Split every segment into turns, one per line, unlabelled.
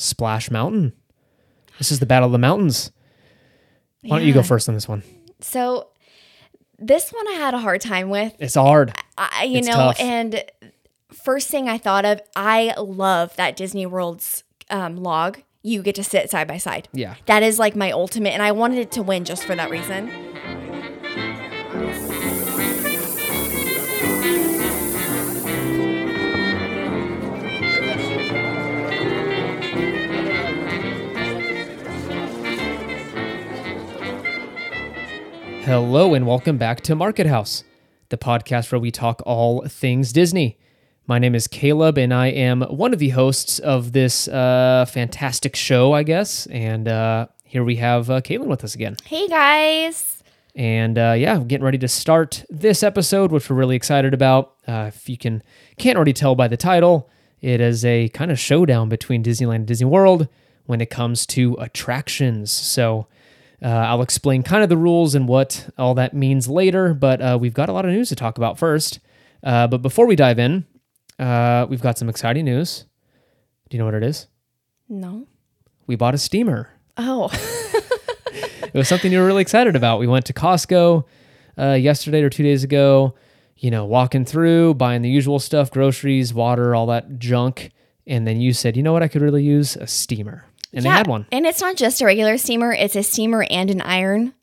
Splash Mountain. This is the Battle of the Mountains. Why don't you go
Yeah.
first on this one?
So this one I had a hard time with.
It's hard.
I, you
It's
know,
tough.
and first thing I thought of, I love that Disney World's um, log. You get to sit side by side.
Yeah.
That is like my ultimate, and I wanted it to win just for that reason.
Hello, and welcome back to Market House, the podcast where we talk all things Disney. My name is Caleb, and I am one of the hosts of this uh, fantastic show, I guess. And uh, here we have uh, Caitlin with us again.
Hey guys.
And uh, yeah, I'm getting ready to start this episode, which we're really excited about. Uh, if you can can't already tell by the title, it is a kind of showdown between Disneyland and Disney World when it comes to attractions. So uh, I'll explain kind of the rules and what all that means later. But uh, we've got a lot of news to talk about first. Uh, but before we dive in, uh, we've got some exciting news. Do you know what it is?
No.
We bought a steamer.
Oh.
it was something you were really excited about. We went to Costco uh, yesterday or two days ago, you know, walking through, buying the usual stuff, groceries, water, all that junk. And then you said, you know what, I could really use a steamer. And they had one.
And it's not just a regular steamer, it's a steamer and an iron,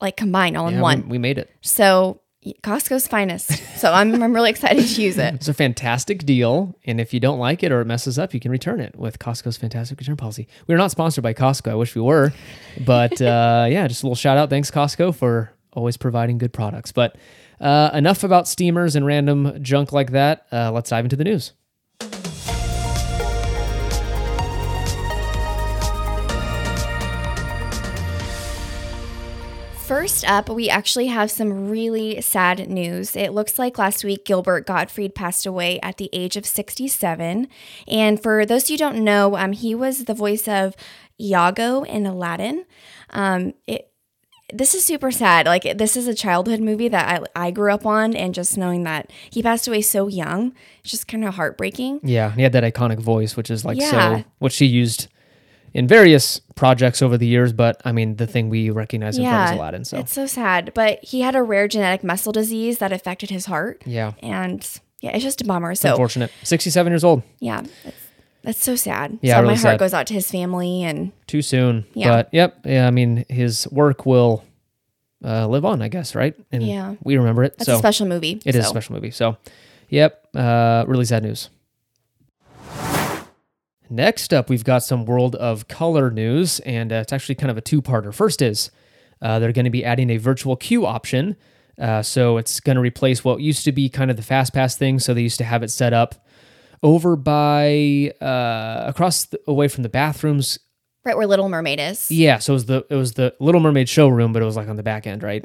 like combined all in
Yeah, we-
one.
We, made it.
So Costco's finest. So I'm, I'm really excited to use it.
It's a fantastic deal. And if you don't like it or it messes up, you can return it with Costco's fantastic return policy. We're not sponsored by Costco. I wish we were. But uh, yeah, just a little shout out. Thanks, Costco, for always providing good products. But uh, enough about steamers and random junk like that. Uh, let's dive into the news.
First up, we actually have some really sad news. It looks like last week Gilbert Gottfried passed away at the age of 67. And for those who don't know, um, he was the voice of Iago in Aladdin. Um, it, this is super sad. Like this is a childhood movie that I, I grew up on, and just knowing that he passed away so young, it's just kind of heartbreaking.
Yeah, he had that iconic voice, which is like
Yeah.
so, which he used in various projects over the years. But I mean, the thing we recognize him from is Aladdin. So
it's so sad. But he had a rare genetic muscle disease that affected his heart,
yeah,
and yeah, it's just a bummer. So
unfortunate. Sixty-seven years old,
yeah, that's, that's so sad.
Yeah,
so
really
my heart
sad.
goes out to his family, and
too soon.
Yeah.
But yep, yeah. I mean, his work will uh, live on, I guess, right? And
Yeah.
we remember it.
that's
so
a special movie.
it is a
so.
special movie. So, yep, uh, really sad news. Next up, we've got some World of Color news, and uh, it's actually kind of a two-parter. First is uh, they're going to be adding a virtual queue option, uh, so it's going to replace what used to be kind of the fast pass thing. So they used to have it set up over by uh, across the, away from the bathrooms
Right where Little Mermaid is.
yeah, so it was the it was the Little Mermaid showroom, but it was like on the back end, right?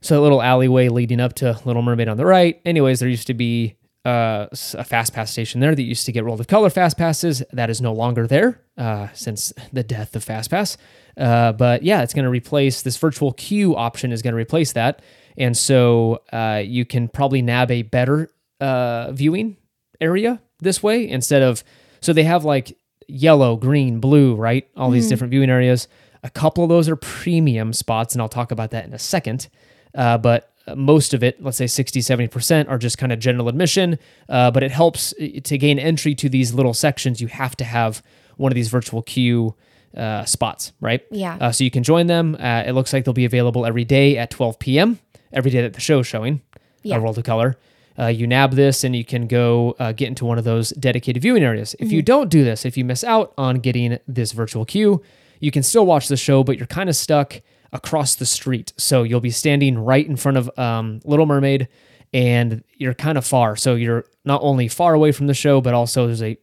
So that little alleyway leading up to Little Mermaid on the right. Anyways, there used to be uh, s- a fast pass station there that used to get rolled of color fast passes. That is no longer there uh, since the death of fast pass. Uh, but yeah, it's going to replace this virtual queue option is going to replace that, and so uh, you can probably nab a better uh, viewing area this way instead of so they have like yellow, green, blue, right? All these different viewing areas. A couple of those are premium spots, and I'll talk about that in a second. Uh, but uh, most of it, let's say 60, 70%, are just kind of general admission. Uh, but it helps uh, to gain entry to these little sections. You have to have one of these virtual queue uh, spots, right?
Yeah.
Uh, so you can join them. Uh, it looks like they'll be available every day at 12 p.m., every day that the show is showing
Yeah.
yeah. World of Color. Uh, you nab this and you can go uh, get into one of those dedicated viewing areas. If you don't do this, if you miss out on getting this virtual queue, you can still watch the show, but you're kind of stuck across the street. So you'll be standing right in front of um, Little Mermaid and you're kind of far. So you're not only far away from the show, but also there's a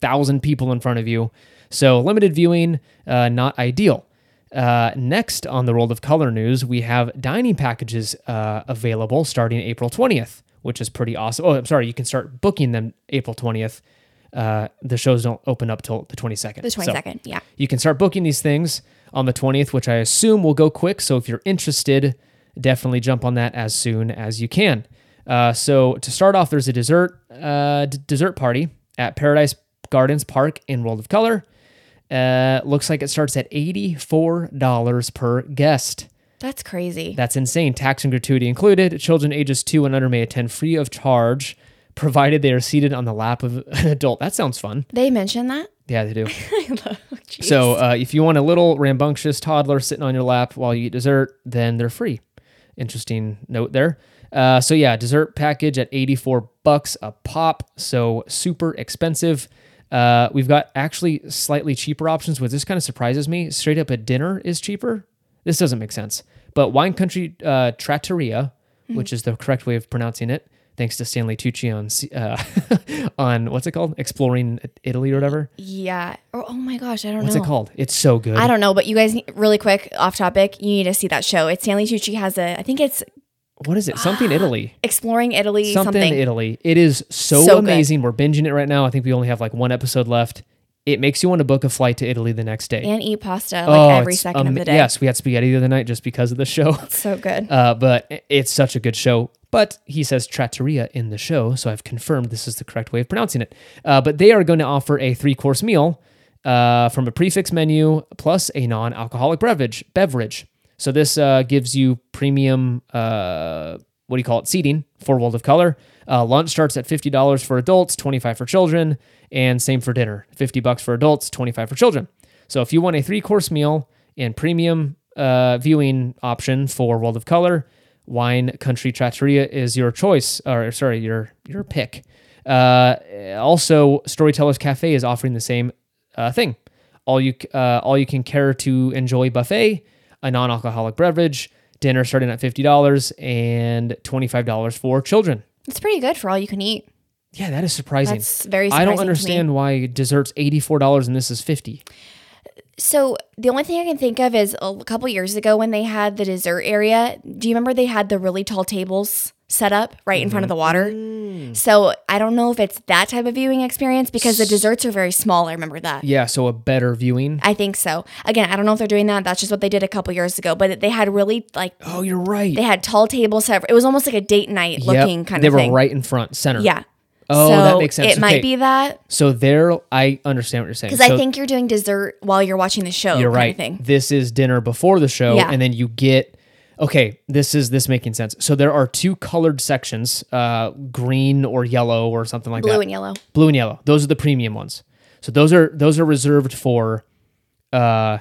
thousand people in front of you. So limited viewing, uh, not ideal. Uh, next on the World of Color news, we have dining packages uh, available starting April 20th, which is pretty awesome. Oh, I'm sorry, you can start booking them April 20th. Uh, the shows don't open up till the 22nd.
The
So
22nd. yeah.
you can start booking these things on the 20th, which I assume will go quick. So if you're interested, definitely jump on that as soon as you can. Uh, so to start off, there's a dessert uh, d- dessert party at Paradise Gardens Park in World of Color. Uh, looks like it starts at $84 per guest.
That's crazy.
That's insane. Tax and gratuity included. Children ages two and under may attend free of charge, provided they are seated on the lap of an adult. That sounds fun.
they mention that.
Yeah, they do.
I love. Jeez.
So uh, if you want a little rambunctious toddler sitting on your lap while you eat dessert, then they're free. Interesting note there. Uh, so yeah, dessert package at 84 bucks a pop. So super expensive. Uh, we've got actually slightly cheaper options, which this kind of surprises me. Straight up a dinner is cheaper. This doesn't make sense. But Wine Country uh, Trattoria, which is the correct way of pronouncing it, thanks to Stanley Tucci on C- uh, on what's it called, Exploring Italy or whatever.
yeah. Oh, oh my gosh, I don't
What's
know.
it called? It's so good.
I don't know, but you guys, need- really quick, off topic, you need to see that show. It's Stanley Tucci has a, I think it's
what is it? Something Italy.
Exploring Italy
Something,
something.
Italy. It is so,
So good.
amazing. We're binging it right now. I think we only have like one episode left. It makes you want to book a flight to Italy the next day.
and eat pasta like every
Oh, it's
second
am-
of the day.
Yes, we had spaghetti the other night just because of the show.
So good.
Uh, but i- it's such a good show. But he says trattoria in the show, so I've confirmed this is the correct way of pronouncing it. Uh, but they are going to offer a three-course meal uh, from a prefix menu plus a non-alcoholic beverage. Beverage. So this uh, gives you premium. Uh, what do you call it? Seating for World of Color. Uh, lunch starts at fifty dollars for adults, twenty-five for children, and same for dinner. Fifty bucks for adults, twenty-five for children. So if you want a three-course meal and premium uh, viewing option for World of Color. Wine Country Trattoria is your choice, or sorry, your your pick. Uh, also, Storytellers Cafe is offering the same uh, thing. All you uh, all you can care to enjoy buffet, a non-alcoholic beverage, dinner starting at fifty dollars and twenty five dollars for children.
It's pretty good for all you can eat.
Yeah, that is surprising.
That's
I
very surprising
don't
to me.
understand why desserts eighty four dollars and this is fifty.
So the only thing I can think of is a couple years ago when they had the dessert area. Do you remember they had the really tall tables set up right in front
Mm-hmm.
of the water?
Mm.
So I don't know if it's that type of viewing experience because the desserts are very small. I remember that.
Yeah, so a better viewing.
I think so. Again, I don't know if they're doing that. That's just what they did a couple years ago. But they had really like
Oh, you're right.
they had tall tables set. It was almost like a date night
Yep,
looking kind
they
of
were
thing.
right in front, center.
Yeah.
Oh,
so
that makes sense.
It
Okay.
might be that
So there, I understand what you're saying.
because
So
I think you're doing dessert while you're watching the show.
you're
kind
right.
Of thing.
This is dinner before the show,
Yeah.
and then you get. Okay, this is this making sense. So there are two colored sections, uh, green or yellow or something like
Blue
that.
and yellow.
Blue and yellow. Those are the premium ones. So those are those are reserved for, uh,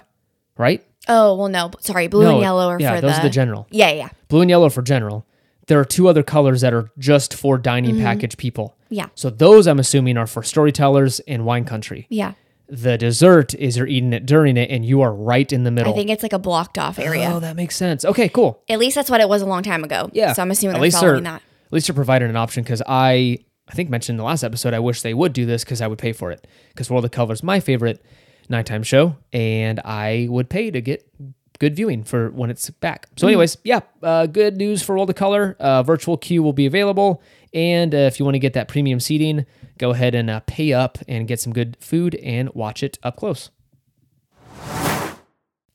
right?
Oh well, no. b- Sorry, blue
No,
and yellow are
yeah,
for
those
the,
are the general.
Yeah, yeah,
Blue and yellow for general. There are two other colors that are just for dining
Mm-hmm.
package people.
yeah,
So those I'm assuming are for storytellers and wine country.
yeah.
the dessert is you're eating it during it and you are right in the middle.
I think it's like a blocked off area.
oh, that makes sense. Okay, cool.
At least that's what it was a long time ago.
Oh. Yeah.
So I'm assuming
At
they're
least they're-
following that.
At least you're providing an option because I I think mentioned in the last episode I wish they would do this because I would pay for it because World of Color is my favorite nighttime show and I would pay to get good viewing for when it's back.
Hmm.
So, anyways, yeah, uh, good news for World of Color. Uh, virtual queue will be available, and uh, if you want to get that premium seating, go ahead and uh, pay up and get some good food and watch it up close.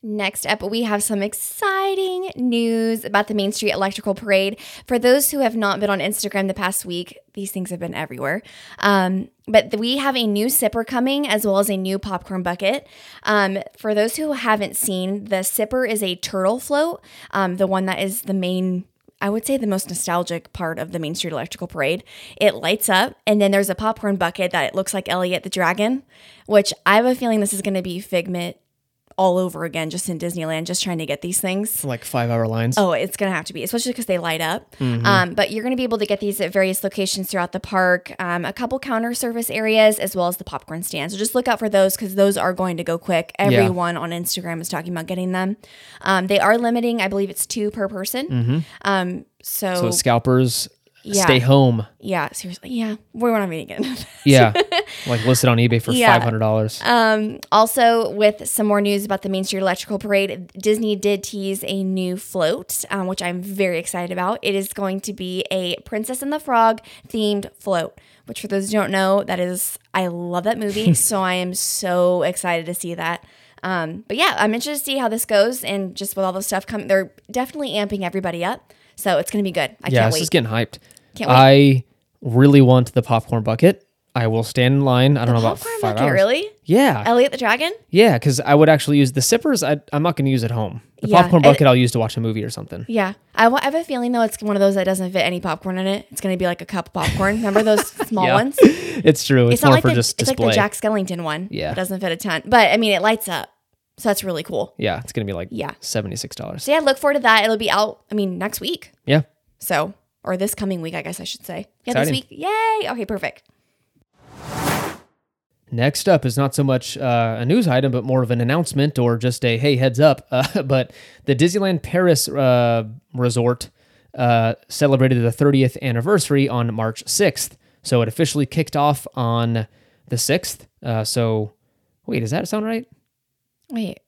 Next up, we have some exciting news about the Main Street Electrical Parade. For those who have not been on Instagram the past week, these things have been everywhere. Um, but th- we have a new sipper coming as well as a new popcorn bucket. Um, for those who haven't seen, the sipper is a turtle float, um, the one that is the main I would say the most nostalgic part of the Main Street Electrical Parade. It lights up, and then there's a popcorn bucket that looks like Elliot the Dragon, which I have a feeling this is going to be Figment all over again, just in Disneyland, just trying to get these things.
Like five hour lines.
Oh, it's going to have to be, especially because they light up. Um, but you're going to be able to get these at various locations throughout the park, um, a couple counter service areas, as well as the popcorn stand. So just look out for those because those are going to go quick. Everyone on Instagram is talking about getting them. Um, they are limiting, I believe it's two per person. Um,
So scalpers
Yeah.
stay home.
Yeah, seriously. Yeah, we're not even again.
Yeah. like listed on eBay for
Yeah.
five hundred dollars.
um, also, with some more news about the Main Street Electrical Parade, Disney did tease a new float, um, which I'm very excited about. It is going to be a Princess and the Frog themed float. Which, for those who don't know, that is I love that movie, so I am so excited to see that. Um, but yeah, I'm interested to see how this goes, and just with all the stuff coming, they're definitely amping everybody up, so it's gonna be good. I
yeah,
can't
this
wait.
is getting hyped.
Can't
I really want the popcorn bucket. I will stand in line. I don't know about
Popcorn
five
bucket,
hours.
really? Oh.
Yeah.
Elliot the Dragon?
Yeah, because I would actually use the sippers. I, I'm not going to use at home. The
Yeah,
popcorn
and-
bucket I'll use to watch a movie or something.
Yeah. I wa- I have a feeling though it's one of those that doesn't fit any popcorn in it. It's going to be like a cup of popcorn. Remember those small
Yeah.
ones?
It's true. It's,
It's, not
more
like
for
the,
just
it's like
display.
the Jack Skellington one.
Yeah.
It doesn't fit a ton. But I mean, it lights up. So that's really cool.
yeah, it's going to be like
Yeah.
$76.
So yeah, look forward to that. It'll be out, I mean, next week.
Yeah.
So, or this coming week, I guess I should say. Yeah,
Exciting.
this week. Yay. Okay, perfect.
Next up is not so much uh, a news item, but more of an announcement or just a hey, heads up. Uh, but the Disneyland Paris uh, resort uh, celebrated the 30th anniversary on March 6th. So it officially kicked off on the 6th. Uh, so, wait, does that sound right?
Wait.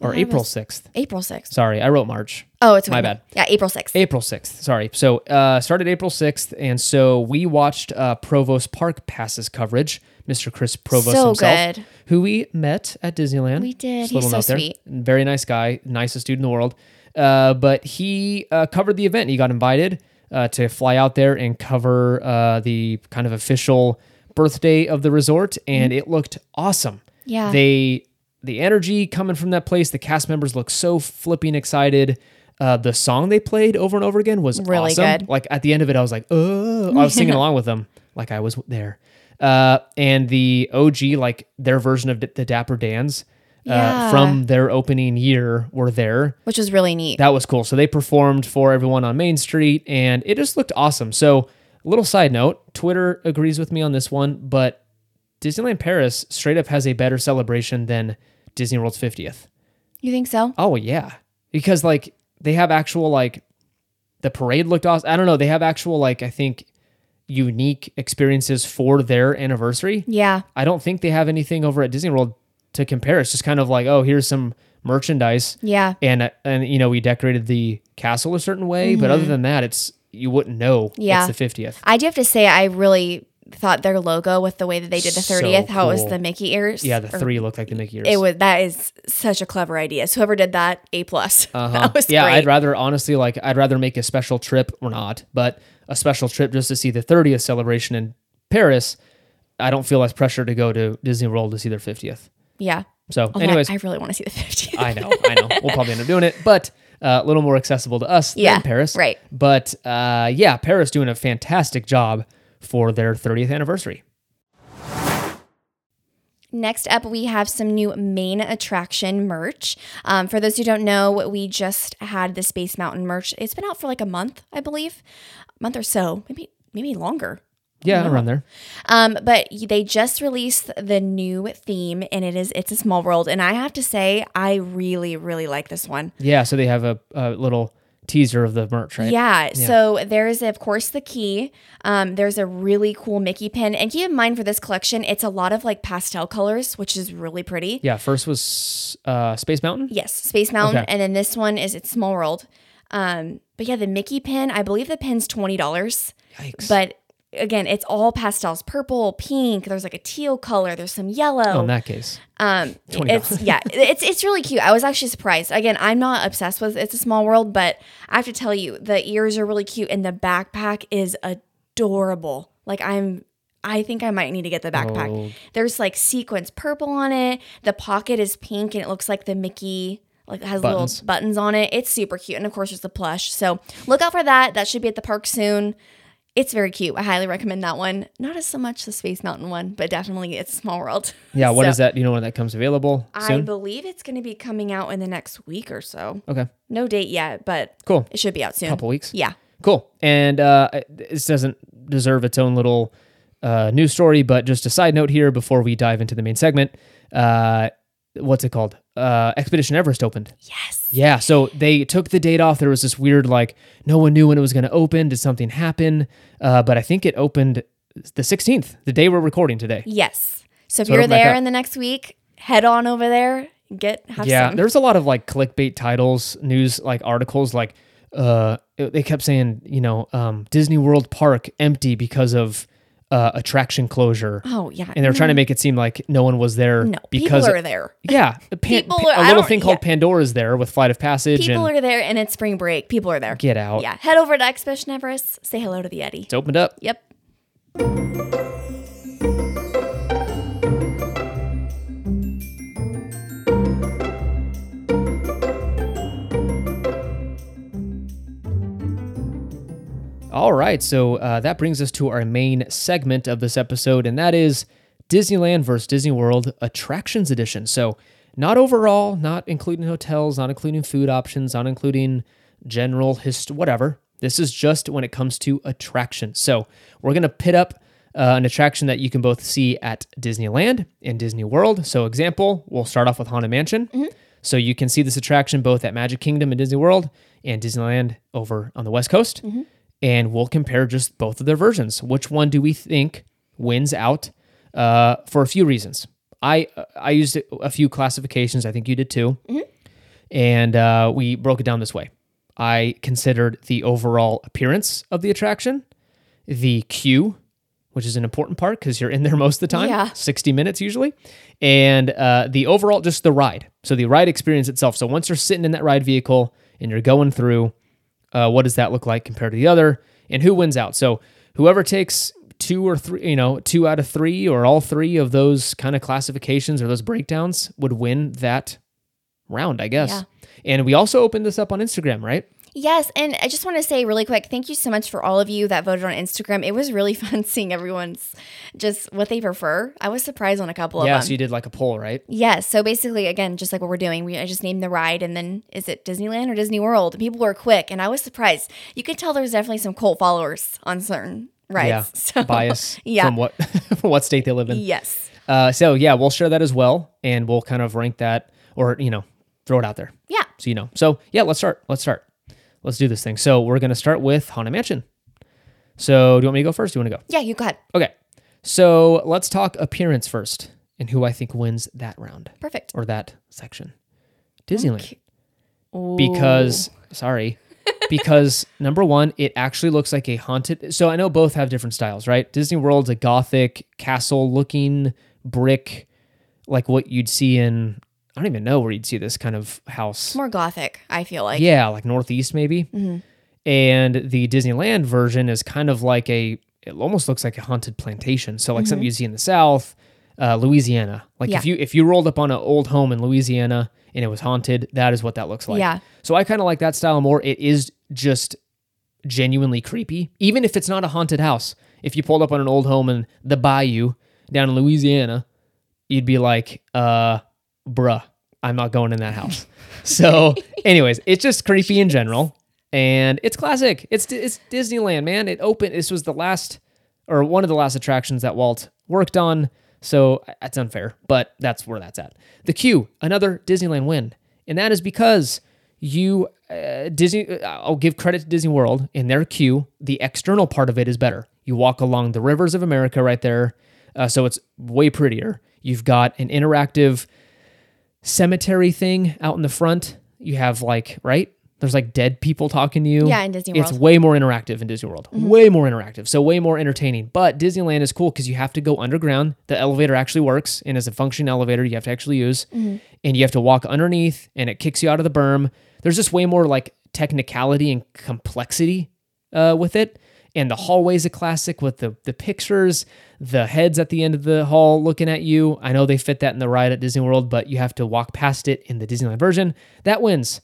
Or
Well,
April 6th.
that's- April 6th.
Sorry, I wrote March.
Oh, it's
My
Wednesday. Yeah, April 6th.
April 6th. Sorry. So, uh, started April 6th. And so we watched uh, Provost Park Passes coverage, Mr. Chris Provost
So
himself,
good.
who we met at Disneyland.
We did.
Just a little
He's so
note there.
sweet.
Very nice guy, nicest dude in the world. Uh, but he uh, covered the event. He got invited uh, to fly out there and cover uh, the kind of official birthday of the resort. And it looked awesome.
Mm-hmm. Yeah.
They the energy coming from that place, the cast members look so flipping excited. Uh, the song they played over and over again was
Really
awesome.
good.
Like at the end of it, I was like, "Oh!" I was singing along with them, like I was there. Uh, and the OG, like their version of D- the Dapper Dans uh,
Yeah.
from their opening year, were there.
Which was really neat.
That was cool. So they performed for everyone on Main Street, and it just looked awesome. So, a little side note: Twitter agrees with me on this one, but Disneyland Paris straight up has a better celebration than Disney World's 50th.
you think so?
Oh yeah, because like they have actual like the parade looked awesome. I don't know. They have actual like I think unique experiences for their anniversary.
Yeah.
I don't think they have anything over at Disney World to compare. It's just kind of like oh here's some merchandise
Yeah.
and and you know we decorated the castle a certain way but other than that it's you wouldn't know
Mm-hmm. Yeah.
it's the 50th
I do have to say, I really thought their logo with the way that they did the
So
30th, how it was
cool.
the Mickey ears.
yeah the
or-
three looked like the mickey ears
It was that is such a clever idea. So whoever did that, A plus. That was
Uh-huh. yeah
great.
i'd rather honestly like i'd rather make a special trip or not but a special trip just to see the 30th celebration in paris i don't feel as pressure to go to disney world to see their 50th
yeah.
so
Although I-
anyways
I, really want to see the 50th.
I know, I know. We'll probably end up doing it, but uh, a little more accessible to us
Yeah,
than Paris.
right.
But uh, yeah, Paris doing a fantastic job for their 30th anniversary.
Next up, we have some new main attraction merch. Um, for those who don't know, we just had the Space Mountain merch. It's been out for like a month, I believe, a month or so, maybe maybe longer.
Yeah, around there.
Um, but y- they just released the new theme, and it is "It's a Small World." And I have to say, I really, really like this one.
Yeah, so they have a, a little teaser of the merch, right?
Yeah, So there's of course the key. Um, there's a really cool Mickey pin, and keep in mind for this collection, it's a lot of like pastel colors, which is really pretty.
Yeah, first was uh, Space Mountain.
Yes, Space Mountain,
Okay.
and then this one is it's Small World. Um, but yeah, the Mickey pin. I believe the pin's twenty dollars,
Yikes.
but again, it's all pastels: purple, pink. There's like a teal color. There's some yellow.
oh, in that case.
Um,
$20.
it's yeah, it's it's really cute. I was actually surprised. Again, I'm not obsessed with It's a Small World, but I have to tell you, the ears are really cute, and the backpack is adorable. Like I'm, I think I might need to get the backpack.
Oh.
There's like sequins purple on it. The pocket is pink, and it looks like the Mickey. Like it has
Buttons.
little buttons on it. It's super cute, and of course there's the plush. So look out for that. That should be at the park soon. It's very cute. I highly recommend that one. Not as so much the Space Mountain one, but definitely it's a Small World.
Yeah, What is
So-
that? You know when that comes available
I
soon?
believe it's going to be coming out in the next week or so.
okay,
No date yet, but
cool.
it should be out soon.
couple weeks.
Yeah.
Cool. And uh, this doesn't deserve its own little uh, news story, but just a side note here before we dive into the main segment. Uh, what's it called? Uh, Expedition Everest opened.
Yes.
Yeah, so they took the date off. There was this weird, like, no one knew when it was going to open. Did something happen? Uh, but I think it opened the 16th, the day we're recording today.
Yes. So if
So it'll
you're
come back
there
up.
in the next week, head on over there. Get have
Yeah,
some.
there's a lot of like clickbait titles, news like articles, like uh, it- they kept saying, you know, um, Disney World Park empty because of uh, attraction closure,
Oh yeah.
and they were trying to make it seem like no one was there
no
because
people are there.
yeah, the pan-
People
pa-
are- I
a little
don't-
thing called Pandora's there with Flight of Passage
People
and
are there, and it's spring break. People are there.
get out.
Yeah. Head over to Expedition Everest. Say hello to the Yeti.
It's opened up.
Yep.
All right, so uh, that brings us to our main segment of this episode, and that is Disneyland versus Disney World Attractions Edition. So, not overall, not including hotels, not including food options, not including general hist, whatever. This is just when it comes to attractions. So, we're gonna pit up uh, an attraction that you can both see at Disneyland and Disney World. So, example, we'll start off with Haunted Mansion. So, you can see this attraction both at Magic Kingdom and Disney World and Disneyland over on the West Coast. And we'll compare just both of their versions. Which one do we think wins out uh, for a few reasons? I uh, I used a few classifications. I think you did too. And uh, we broke it down this way. I considered the overall appearance of the attraction, the queue, which is an important part because you're in there most of the time,
Yeah.
60 minutes usually, and uh, the overall, just the ride. So the ride experience itself. So once you're sitting in that ride vehicle and you're going through, uh, what does that look like compared to the other, and who wins out? So whoever takes two or three, you know, two out of three or all three of those kind of classifications or those breakdowns would win that round, I guess.
Yeah.
And we also opened this up on Instagram, right?
Yes, and I just want to say really quick, thank you so much for all of you that voted on Instagram. It was really fun seeing everyone's just what they prefer. I was surprised on a couple
yeah,
of them.
so you did like a poll, right?
Yes. So basically, again, just like what we're doing, we I just named the ride, and then is it Disneyland or Disney World? People were quick, and I was surprised. You could tell there was definitely some cult followers on certain rides.
Yeah,
So
bias
yeah.
from what from what state they live in.
yes,
Uh, so yeah, we'll share that as well, and we'll kind of rank that, or you know, throw it out there
yeah,
so you know. So yeah, let's start. Let's start. Let's do this thing. So we're gonna start with Haunted Mansion. So do you want me to go first? Do you want to go?
yeah. You got
Okay. So let's talk appearance first, and who I think wins that round
perfect.
or that section. Disneyland. because sorry because number one it actually looks like a haunted so i know both have different styles right disney world's a gothic castle looking brick like what you'd see in i don't even know where you'd see this kind of house
more gothic. I feel like Mm-hmm.
yeah like northeast maybe and the disneyland version is kind of like a it almost looks like a haunted plantation so like something you see in the south uh, louisiana like
Mm-hmm. Yeah.
if you if you rolled up on an old home in louisiana and it was haunted that is what that looks like
Yeah.
so i kind of like that style more it is just genuinely creepy even if it's not a haunted house if you pulled up on an old home in the bayou down in louisiana you'd be like, uh, bruh, I'm not going in that house. so, anyways, it's just creepy in general, and it's classic. It's it's Disneyland, man. It opened. This was the last or one of the last attractions that Walt worked on. So that's unfair, but that's where that's at. The queue, another Disneyland win, and that is because you uh, Disney. I'll give credit to Disney World in their queue. The external part of it is better. You walk along the rivers of America right there, uh, so it's way prettier. You've got an interactive cemetery thing out in the front. You have like right there's like dead people talking to you.
Yeah, in Disney
It's
World.
way more interactive in Disney World. Way more interactive. So way more entertaining. But Disneyland is cool because you have to go underground. The elevator actually works and is a function elevator you have to actually use. And you have to walk underneath and it kicks you out of the berm. There's just way more like technicality and complexity uh, with it. And the hallway's a classic with the the pictures, the heads at the end of the hall looking at you. I know they fit that in the ride at Disney World, but you have to walk past it in the Disneyland version. That wins.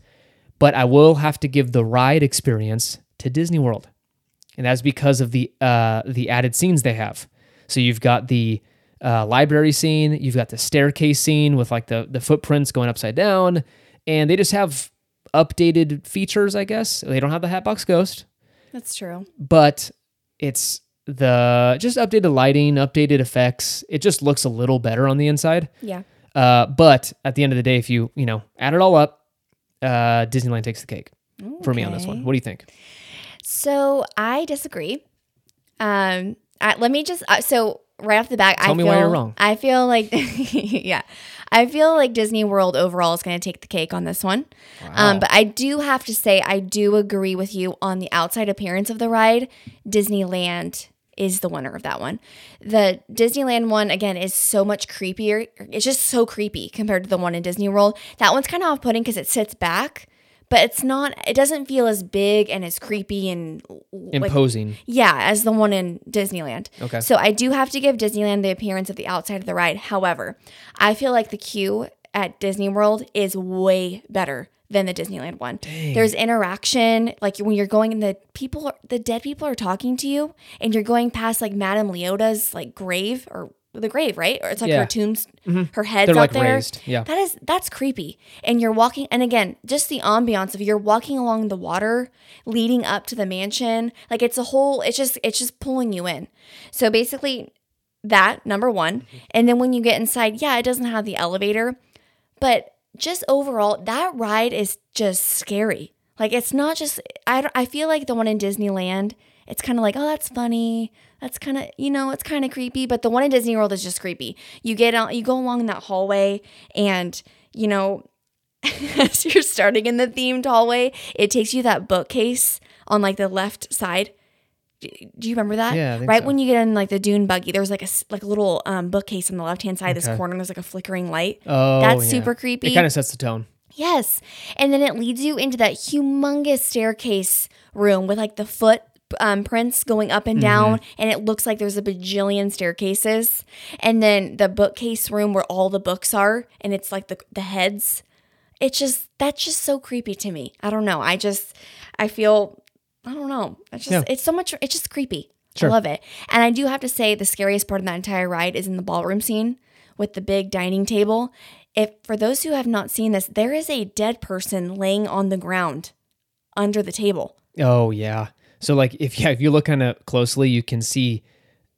But I will have to give the ride experience to Disney World, and that's because of the uh, the added scenes they have. So you've got the uh, library scene, you've got the staircase scene with like the the footprints going upside down, and they just have updated features. I guess they don't have the Hatbox Ghost
that's true.
but it's the just updated lighting, updated effects. It just looks a little better on the inside.
Yeah,
Uh, but at the end of the day, if you you know add it all up, uh, Disneyland takes the cake for me on this one. What do you think?
So I disagree. Um, I, let me just uh, so right off the bat, I
Tell me
feel
why you're wrong.
I feel like yeah, I feel like Disney World overall is going to take the cake on this one. Um, but I do have to say I do agree with you on the outside appearance of the ride. Disneyland is the winner of that one. The Disneyland one again is so much creepier. It's just so creepy compared to the one in Disney World. That one's kind of off-putting because it sits back. But it's not. It doesn't feel as big and as creepy and like,
Imposing.
yeah, as the one in Disneyland.
Okay.
So I do have to give Disneyland the appearance of the outside of the ride. However, I feel like the queue at Disney World is way better than the Disneyland one. There's interaction, like when you're going and the people, the dead people are talking to you, and you're going past like Madame Leota's like grave or the grave, right? Or it's like
Yeah. Mm-hmm.
her tombs, her head's
They're
out
like
there.
raised. Yeah.
That is that's creepy. And you're walking and again, just the ambiance of you're walking along the water leading up to the mansion. Like it's a whole it's just it's just pulling you in. So basically that number 1. And then when you get inside, yeah, it doesn't have the elevator, but just overall that ride is just scary. Like it's not just I don't- I feel like the one in Disneyland, it's kind of like, "Oh, that's funny." That's kind of, you know, it's kind of creepy, but the one in Disney World is just creepy. You get out, you go along that hallway and, you know, as you're starting in the themed hallway, it takes you that bookcase on like the left side. Do do you remember that?
Yeah, I think
right
so.
when you get in like the dune buggy, there's like a s- like a little um, bookcase on the left hand side, this
Okay.
corner. and There's like a flickering light.
Oh,
That's
yeah.
super creepy.
It kind of sets the tone.
Yes. And then it leads you into that humongous staircase room with like the foot um, prints going up and down.
Mm-hmm.
And it looks like there's a bajillion staircases. And then the bookcase room where all the books are. And it's like the, the heads. It's just, that's just so creepy to me. I don't know. I just, I feel, I don't know. It's just,
Yeah.
it's so much, it's just creepy.
Sure.
I love it. And I do have to say the scariest part of that entire ride is in the ballroom scene with the big dining table. If for those who have not seen this, there is a dead person laying on the ground under the table.
Oh yeah. So like if yeah, if you look kind of closely, you can see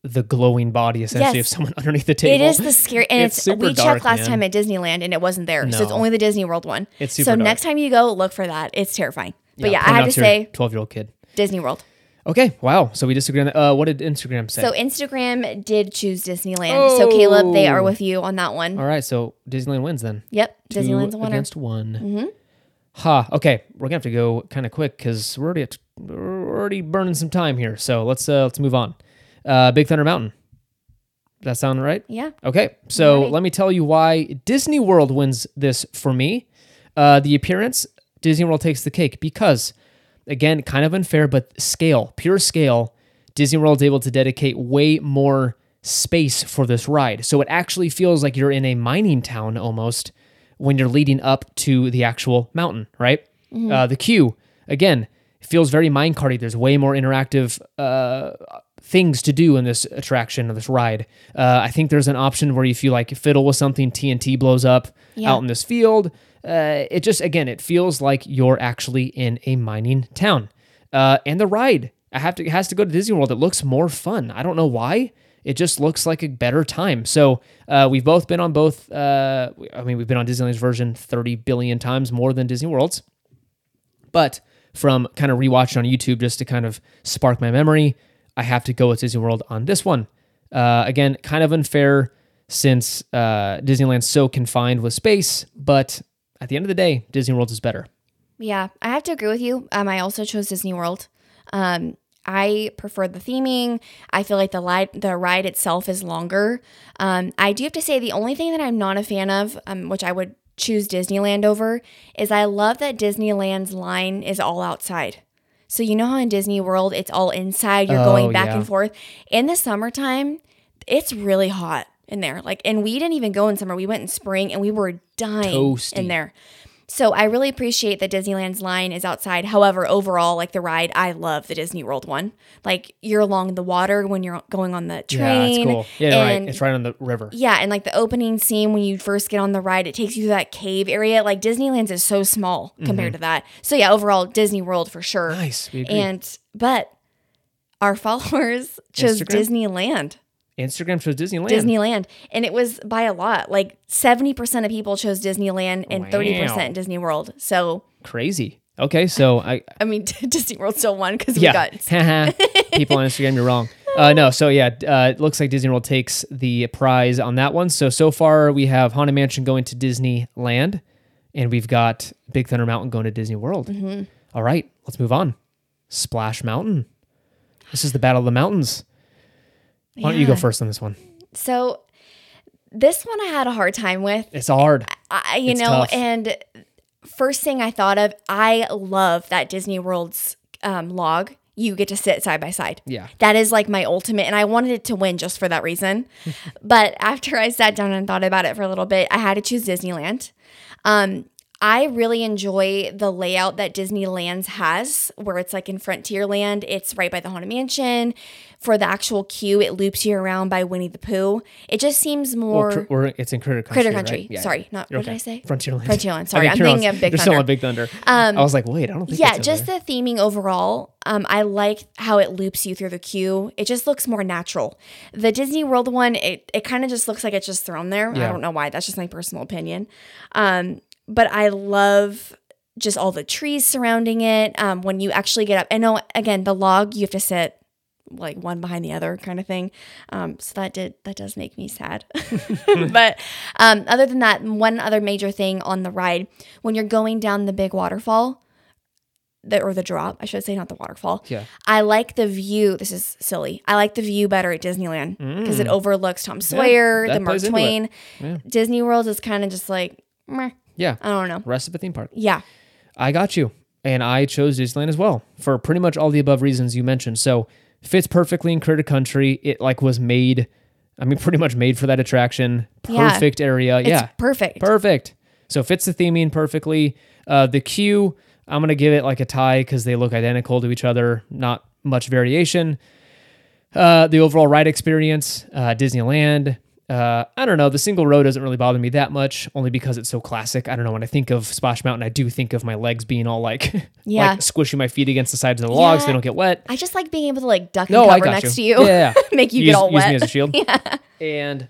the glowing body essentially
Yes.
of someone underneath the table.
It is the scary, and
It's
it's,
super
we
dark,
checked last
man.
time at Disneyland, and it wasn't there, so it's
No.
only the Disney World one.
It's super
so
dark.
next time you go, look for that. It's terrifying. But yeah,
point
I
out
have to
your
say
12-year-old kid.
Disney World.
Okay, wow. So we disagree on that. Uh, what did Instagram say?
So Instagram did choose Disneyland. So Caleb, they are with you on that one.
Oh. All right, so Disneyland wins then.
Yep, Disneyland's
Two
a winner.
against one. Mm-hmm. Ha. Okay, we're gonna have to go kind of quick because we're already at, we're already burning some time here. So let's uh, let's move on. Uh, Big Thunder Mountain. That sound right?
yeah.
Okay, so
Alrighty.
let me tell you why Disney World wins this for me. Uh, the appearance, Disney World takes the cake because, again, kind of unfair, but scale, pure scale, Disney World's able to dedicate way more space for this ride. So it actually feels like you're in a mining town almost when you're leading up to the actual mountain, right? Uh, the queue, again, feels very mine carty. There's way more interactive uh, things to do in this attraction or this ride. Uh, I think there's an option where if you like fiddle with something, TNT blows up
Yeah.
out in this field. Uh, it just again, it feels like you're actually in a mining town. Uh, and the ride, I have to it has to go to Disney World. It looks more fun. I don't know why. It just looks like a better time. So uh, we've both been on both. Uh, I mean, we've been on Disneyland's version 30 billion times more than Disney World's but from kind of rewatching on YouTube just to kind of spark my memory, I have to go with Disney World on this one. Uh, again, kind of unfair since uh, Disneyland's so confined with space, but at the end of the day, Disney World is better.
Yeah, I have to agree with you. Um, I also chose Disney World. Um, I prefer the theming. I feel like the ride, the ride itself is longer. Um, I do have to say the only thing that I'm not a fan of, um, which I would choose Disneyland over, is I love that Disneyland's line is all outside. So you know how in Disney World it's all inside. You're
Oh,
going back
yeah.
and forth. In the summertime, it's really hot in there. Like, and we didn't even go in summer. We went in spring, and we were dying
Toasty.
in there. So I really appreciate that Disneyland's line is outside. However, overall, like the ride, I love the Disney World one. Like you're along the water when you're going on the train.
yeah, it's cool. Yeah,
and-
right. It's right on the river.
yeah, and like the opening scene when you first get on the ride, it takes you to that cave area. Like Disneyland's is so small
Mm-hmm.
compared to that. So yeah, overall Disney World for sure.
Nice. We agree.
And but our followers chose
Instagram? Oh,
Disneyland.
Instagram shows Disneyland.
Disneyland. And it was by a lot. Like 70% of people chose Disneyland and
Wow.
30% Disney World. So,
Crazy. Okay, so I
I mean, Disney World still won because we
yeah.
got.
Haha. People on Instagram, you're wrong. Uh, no, so yeah, uh, it looks like Disney World takes the prize on that one. So so far we have Haunted Mansion going to Disneyland, and we've got Big Thunder Mountain going to Disney World.
Mm-hmm.
All right, let's move on. Splash Mountain. This is the battle of the mountains. Why don't you go
Yeah.
first on this one?
So, this one I had a hard time with.
It's hard.
I, you
It's
know,
tough.
and first thing I thought of, I love that Disney World's um, log. You get to sit side by side.
Yeah.
That is like my ultimate, and I wanted it to win just for that reason. but after I sat down and thought about it for a little bit, I had to choose Disneyland. Um, I really enjoy the layout that Disneyland's has, where it's like in Frontierland, it's right by the Haunted Mansion. For the actual queue, it loops you around by Winnie the Pooh. It just seems more
or, or it's in Critter Country.
Critter
right?
Country.
Yeah,
Sorry,
yeah.
not
You're
what did
okay.
I say?
Frontierland.
Frontierland,
I
sorey,
think
I'm
you're on-
thinking of Big
You're still on
Thunder.
Big Thunder.
Um,
I was like, wait, I don't think.
yeah,
it's over
just
there.
the theming overall. Um, I like how it loops you through the queue. It just looks more natural. The Disney World one, it it kind of just looks like it's just thrown there. I
Yeah.
don't know why. That's just my personal opinion. Um, but I love just all the trees surrounding it. Um, when you actually get up, I know again the log you have to sit like one behind the other kind of thing. Um, so that did that does make me sad. but um, other than that, one other major thing on the ride when you're going down the big waterfall, the, or the drop, I should say, not the waterfall.
Yeah.
I like the view. This is silly. I like the view better at Disneyland because it
Mm.
overlooks Tom Sawyer,
that
the Mark
plays into it.
Twain.
Yeah.
Disney World is kind of just like, meh,
yeah.
I don't know.
Rest of the theme park.
Yeah.
I got you. And I chose Disneyland as well for pretty much all the above reasons you mentioned. So fits perfectly in Critter Country. It like was made, I mean, pretty much made for that attraction.
Yeah.
Perfect area.
It's
yeah.
perfect.
Perfect. So fits the theming perfectly. Uh, the queue, I'm gonna give it like a tie because they look identical to each other. Not much variation. Uh, the overall ride experience, uh, Disneyland. Uh, I don't know. The single row doesn't really bother me that much, only because it's so classic. I don't know. When I think of Splash Mountain, I do think of my legs being all like,
Yeah.
like squishing my feet against the sides of the logs. so
Yeah.
They don't get wet.
I just like being able to like duck and
No, I
cover
got
next
you.
to you,
Yeah, yeah.
make you
use,
get all
use
wet.
me as a shield. And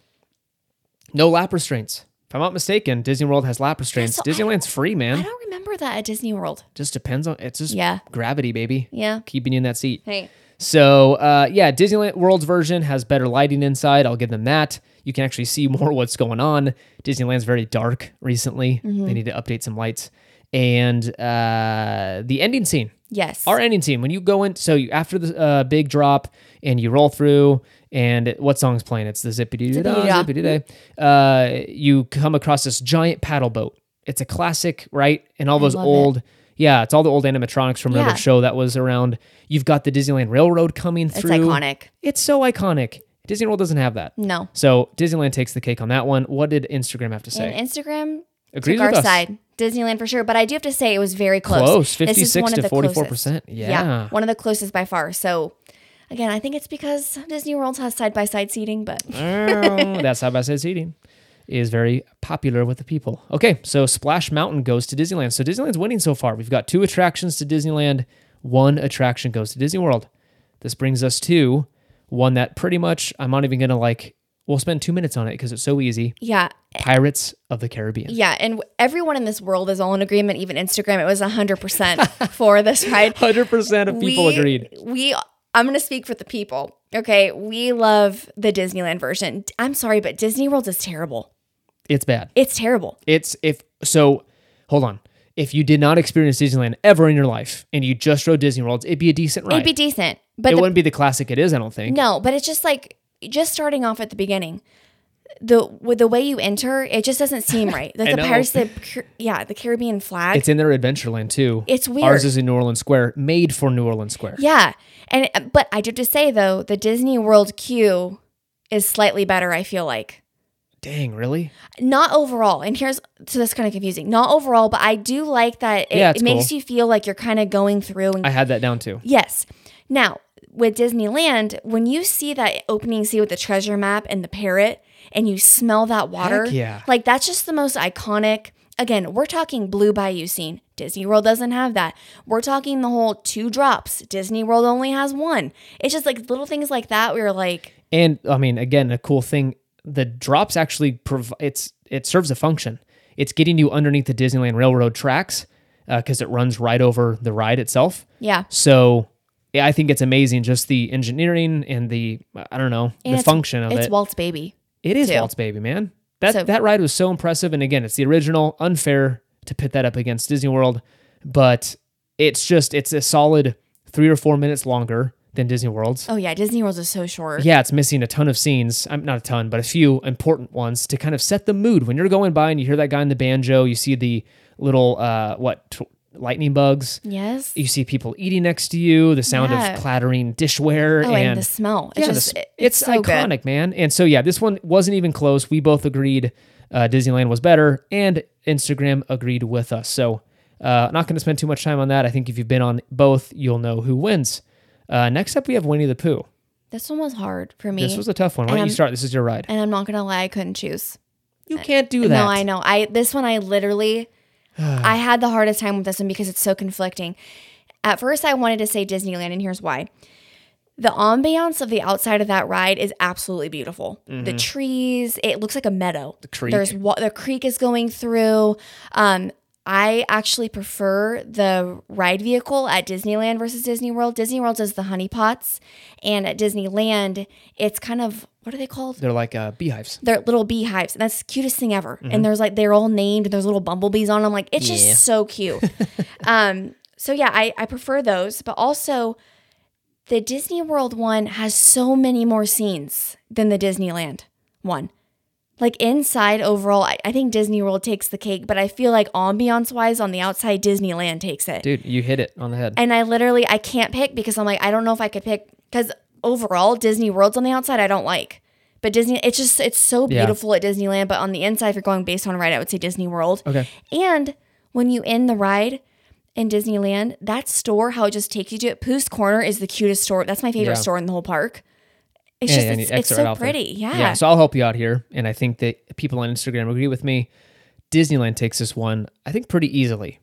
no lap restraints. If I'm not mistaken, Disney World has lap restraints.
so I
Disneyland's free,
I
man.
don't remember that at Disney World.
Just depends on it's just
Yeah.
gravity, baby.
Yeah.
Keeping you in that seat.
Hey.
So uh, yeah, Disneyland World's version has better lighting inside. I'll give them that. You can actually see more what's going on. Disneyland's very dark recently.
Mm-hmm.
They need to update some lights. And uh, the ending scene
Yes.
our ending scene when you go in so you after the uh, big drop and you roll through and it- what song's playing it's the zippity doo
Zippity-doo-dah.
da zippity uh you come across this giant paddle boat it's a classic right and all those
love it.
old yeah it's all the old animatronics from another
Yeah.
show that was around you've got the disneyland railroad coming
it's
through
iconic.
it's so iconic disney world doesn't have that
No.
so disneyland takes the cake on that one what did instagram have to say
And Instagram
agrees
took
with
our
us
side. Disneyland for sure, but I do have to say it was very close.
Close,
This is
56
one of
to
the
44%.
closest.
Yeah.
one of the closest by far. So, again, I think it's because Disney World has side by side seating, but
Oh, that side by side seating is very popular with the people. Okay, so Splash Mountain goes to Disneyland. So Disneyland's winning so far. We've got two attractions to Disneyland, one attraction goes to Disney World. This brings us to one that pretty much I'm not even gonna like. We'll spend two minutes on it because it's so easy.
yeah,
Pirates of the Caribbean.
yeah. And w- everyone in this world is all in agreement. Even Instagram, it was hundred percent for this ride.
Hundred percent of people
we,
agreed.
We, I'm going to speak for the people. Okay, we love the Disneyland version. I'm sorry, but Disney World is terrible.
It's bad.
It's terrible.
It's if so. Hold on. If you did not experience Disneyland ever in your life and you just rode Disney World, it'd be a decent ride.
It'd be decent, but
it
the
wouldn't be the classic it is. I don't think.
No, but it's just like just starting off at the beginning. The with the way you enter, it just doesn't seem right. Like the
know.
Pirates, of the Car- yeah, the Caribbean flag.
It's in their Adventureland too.
It's weird.
Ours is in New Orleans Square, made for New Orleans Square.
yeah, and but I do have to say though, the Disney World queue is slightly better. I feel like
Dang, really?
not overall. And here's so that's kind of confusing. Not overall, but I do like that. It,
Yeah,
it
it's
makes
cool.
you feel like you're kind of going through and
I had that down too.
Yes. Now, with Disneyland, when you see that opening scene with the treasure map and the parrot and you smell that water,
Heck yeah.
like that's just the most iconic. Again, we're talking Blue Bayou scene. Disney World doesn't have that. We're talking the whole two drops. Disney World only has one. It's just like little things like that. We were like,
And I mean, again, a cool thing. The drops actually prov- it's it serves a function. It's getting you underneath the Disneyland Railroad tracks because it runs right over the ride itself.
yeah.
So yeah, I think it's amazing just the engineering and the I don't know
And
the
it's-
function of
It's
it.
Walt's baby.
It is
too.
Walt's Baby, man. That
So-
that ride was so impressive. And again, it's the original. Unfair to pit that up against Disney World, but it's just it's a solid three or four minutes longer than Disney World's.
Oh yeah, Disney World is so short.
Yeah, it's missing a ton of scenes. I'm not a ton, but a few important ones to kind of set the mood when you're going by and you hear that guy in the banjo. You see the little uh what tw- lightning bugs.
Yes.
You see people eating next to you. The sound
Yeah.
of clattering dishware
Oh, and,
and
the smell. It's
yeah,
just
this-
it- it's, so good.
iconic, man. And so yeah, this one wasn't even close. We both agreed uh, Disneyland was better, and Instagram agreed with us. So, uh, not going to spend too much time on that. I think if you've been on both, you'll know who wins. Uh, next up, we have Winnie the Pooh.
This one was hard for me.
This was a tough one. Why don't
Um,
you start? This is your ride.
and I'm not gonna lie, I couldn't choose.
You can't do that.
No, I know. I this one I literally I had the hardest time with this one because it's so conflicting. At first I wanted to say Disneyland and here's why. The ambiance of the outside of that ride is absolutely beautiful. The trees, it looks like a meadow. The
Mm-hmm. creek.
There's wa- the creek is going through. Um I actually prefer the ride vehicle at Disneyland versus Disney World. Disney World does the honey pots, and at Disneyland, it's kind of what are they called?
They're like uh, beehives.
they're little beehives, and that's the cutest thing ever. And there's like they're all named, and there's little bumblebees on them. Like it's
Yeah.
just so cute. um, so yeah, I, I prefer those, but also the Disney World one has so many more scenes than the Disneyland one. Like inside overall, I, I think Disney World takes the cake, but I feel like ambiance wise on the outside, Disneyland takes it.
Dude, you hit it on the head.
And I literally I can't pick because I'm like I don't know if I could pick because overall Disney World's on the outside I don't like, but Disney it's just it's so
Yeah.
beautiful at Disneyland. But on the inside, if you're going based on ride, I would say Disney World.
Okay.
And when you end the ride in Disneyland, that store how it just takes you to it. Pooh's Corner is the cutest store. That's my favorite
Yeah.
store in the whole park. It's
And-
just
and
it's,
you
it's
exit right
so
off there.
pretty. Yeah.
Yeah, so I'll help you out here. And I think that people on Instagram agree with me. Disneyland takes this one, I think, pretty easily.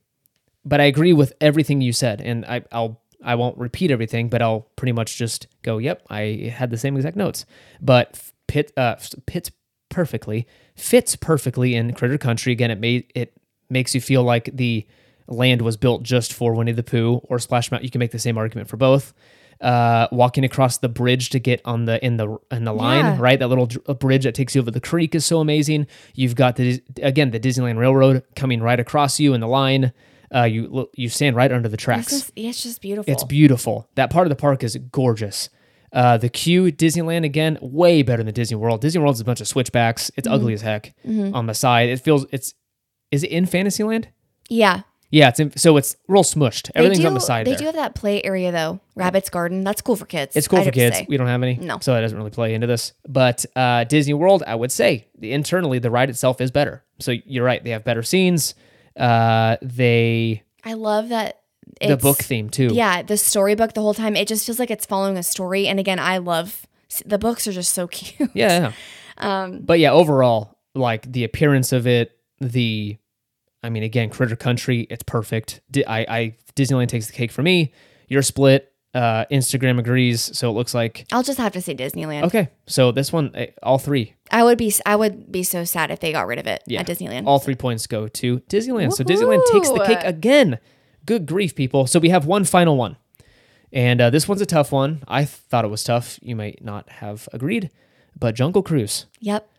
But I agree with everything you said. And I, I'll I won't repeat everything, but I'll pretty much just go, yep, I had the same exact notes. But f- pit uh f- pits perfectly, fits perfectly in Critter Country. Again, it made it makes you feel like the land was built just for Winnie the Pooh or Splash Mountain. You can make the same argument for both. Uh, walking across the bridge to get on the in the in the line,
Yeah.
right? That little dr- bridge that takes you over the creek is so amazing. You've got the again the Disneyland Railroad coming right across you in the line. Uh, you lo- you stand right under the
It's
tracks.
just, it's just beautiful.
It's beautiful. That part of the park is gorgeous. Uh, the queue, at Disneyland again, way better than Disney World. Disney World's a bunch of switchbacks.
Mm-hmm.
It's ugly as heck on the side. It feels it's is it in Fantasyland?
yeah.
Yeah, it's in, so it's real smushed.
They
Everything's
do,
on the side
They
there.
do have that play area though. Rabbit's Garden. That's cool for kids.
It's cool
I'd
for
have to
kids.
say.
We don't have any.
No.
So that doesn't really play into this. But uh, Disney World, I would say the, internally, the ride itself is better. So you're right. They have better scenes. Uh, they,
I love that it's,
the book theme too.
Yeah, the storybook the whole time. It just feels like it's following a story. And again, I love the books are just so cute.
Yeah. yeah.
Um,
but yeah, overall, like the appearance of it, the, I mean, again, Critter Country, it's perfect. Di- I, I Disneyland takes the cake for me. You're split. Uh, Instagram agrees, so it looks like
I'll just have to say Disneyland.
okay. So this one, eh, all three,
I would be I would be so sad if they got rid of it
Yeah.
at Disneyland.
all three points go to Disneyland. So Disneyland takes the cake
Woohoo!
again. Good grief, people! So we have one final one, and uh, this one's a tough one. I thought it was tough. You might not have agreed, but Jungle Cruise
yep.